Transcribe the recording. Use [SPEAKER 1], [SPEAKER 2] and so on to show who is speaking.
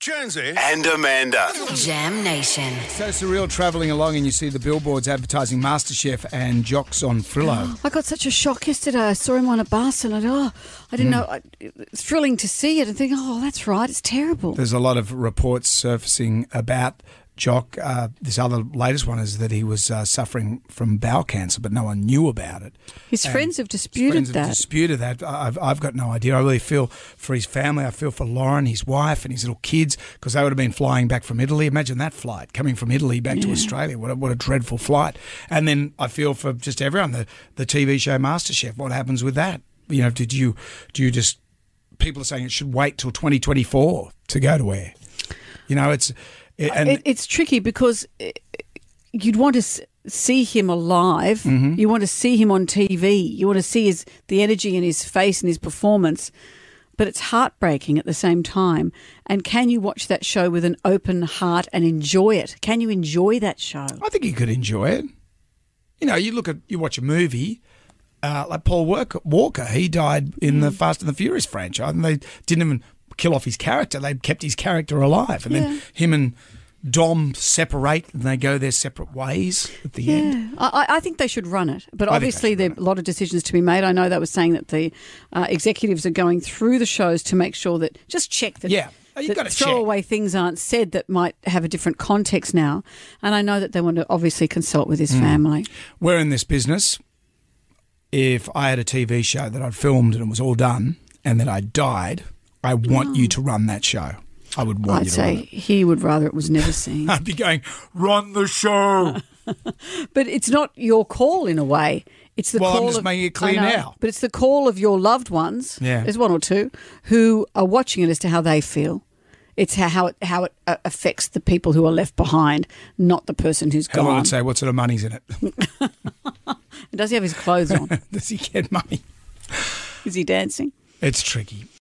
[SPEAKER 1] Jonesy.
[SPEAKER 2] and Amanda.
[SPEAKER 3] Jam Nation.
[SPEAKER 4] So surreal travelling along and you see the billboards advertising MasterChef and Jocks on Frillo.
[SPEAKER 5] I got such a shock yesterday. I saw him on a bus and I, oh, I
[SPEAKER 4] Hmm.
[SPEAKER 5] didn't know. I, it's thrilling to see it and think, oh, that's right. It's terrible.
[SPEAKER 4] There's a lot of reports surfacing about Jock. Uh, this other latest one is that he was uh, suffering from bowel cancer, but no one knew about it.
[SPEAKER 5] His
[SPEAKER 4] And
[SPEAKER 5] friends have disputed
[SPEAKER 4] friends have
[SPEAKER 5] that.
[SPEAKER 4] disputed that. I- I've, I've got no idea. I really feel for his family. I feel for Lauren, his wife, and his little kids because they would have been flying back from Italy. Imagine that flight coming from Italy back to Australia. What a, what a dreadful flight. And then I feel for just everyone. The the TV show MasterChef. What happens with that? You know, did you do you just people are saying it should wait till 2024 to go to air. You know, it's it, and
[SPEAKER 5] it, it's tricky because eh, you'd want to s- see him alive.
[SPEAKER 4] Mm-hmm.
[SPEAKER 5] You want to see him on TV. You want to see his the energy in his face and his performance. But it's heartbreaking at the same time. And can you watch that show with an open heart and enjoy it? Can you enjoy that show?
[SPEAKER 4] I think you could enjoy it. You know, you look at you watch a movie. Uh, like Paul Work- Walker, he died in
[SPEAKER 5] Mm.
[SPEAKER 4] the Fast and the Furious franchise, and they didn't even kill off his character. They kept his character alive, and then him and Dom separate, and they go their separate ways at the end.
[SPEAKER 5] Yeah, I, I- I think they should run it, but
[SPEAKER 4] I think they
[SPEAKER 5] obviously
[SPEAKER 4] should
[SPEAKER 5] there are
[SPEAKER 4] run
[SPEAKER 5] a lot of decisions to be made. I know they were saying that the uh, executives are going through the shows to make sure that just check that
[SPEAKER 4] Yeah. Oh, you've
[SPEAKER 5] that
[SPEAKER 4] gotta check.
[SPEAKER 5] throwaway things aren't said that might have a different context now. And I know that they want to obviously consult with his
[SPEAKER 4] Hmm.
[SPEAKER 5] family.
[SPEAKER 4] We're in this business. If I had a TV show that I'd filmed and it was all done, and then I died, I want you to run that show. I would want
[SPEAKER 5] Oh. I'd
[SPEAKER 4] you to run
[SPEAKER 5] say
[SPEAKER 4] it.
[SPEAKER 5] he would rather it was never seen,
[SPEAKER 4] I'd be going, run the show.
[SPEAKER 5] but it's not your call in a way. It's the
[SPEAKER 4] Well, I'm
[SPEAKER 5] call
[SPEAKER 4] just
[SPEAKER 5] of,
[SPEAKER 4] making it clear
[SPEAKER 5] I know,
[SPEAKER 4] now.
[SPEAKER 5] But it's the call of your loved ones.
[SPEAKER 4] Yeah.
[SPEAKER 5] there's one or two who are watching it as to how they feel. It's how, how it how it uh, affects the people who are left behind, not the person who's
[SPEAKER 4] Helen
[SPEAKER 5] gone.
[SPEAKER 4] would say, "What sort of money's in it?
[SPEAKER 5] Does he have his clothes on?
[SPEAKER 4] Does he get money?"
[SPEAKER 5] Is he dancing?
[SPEAKER 4] It's tricky.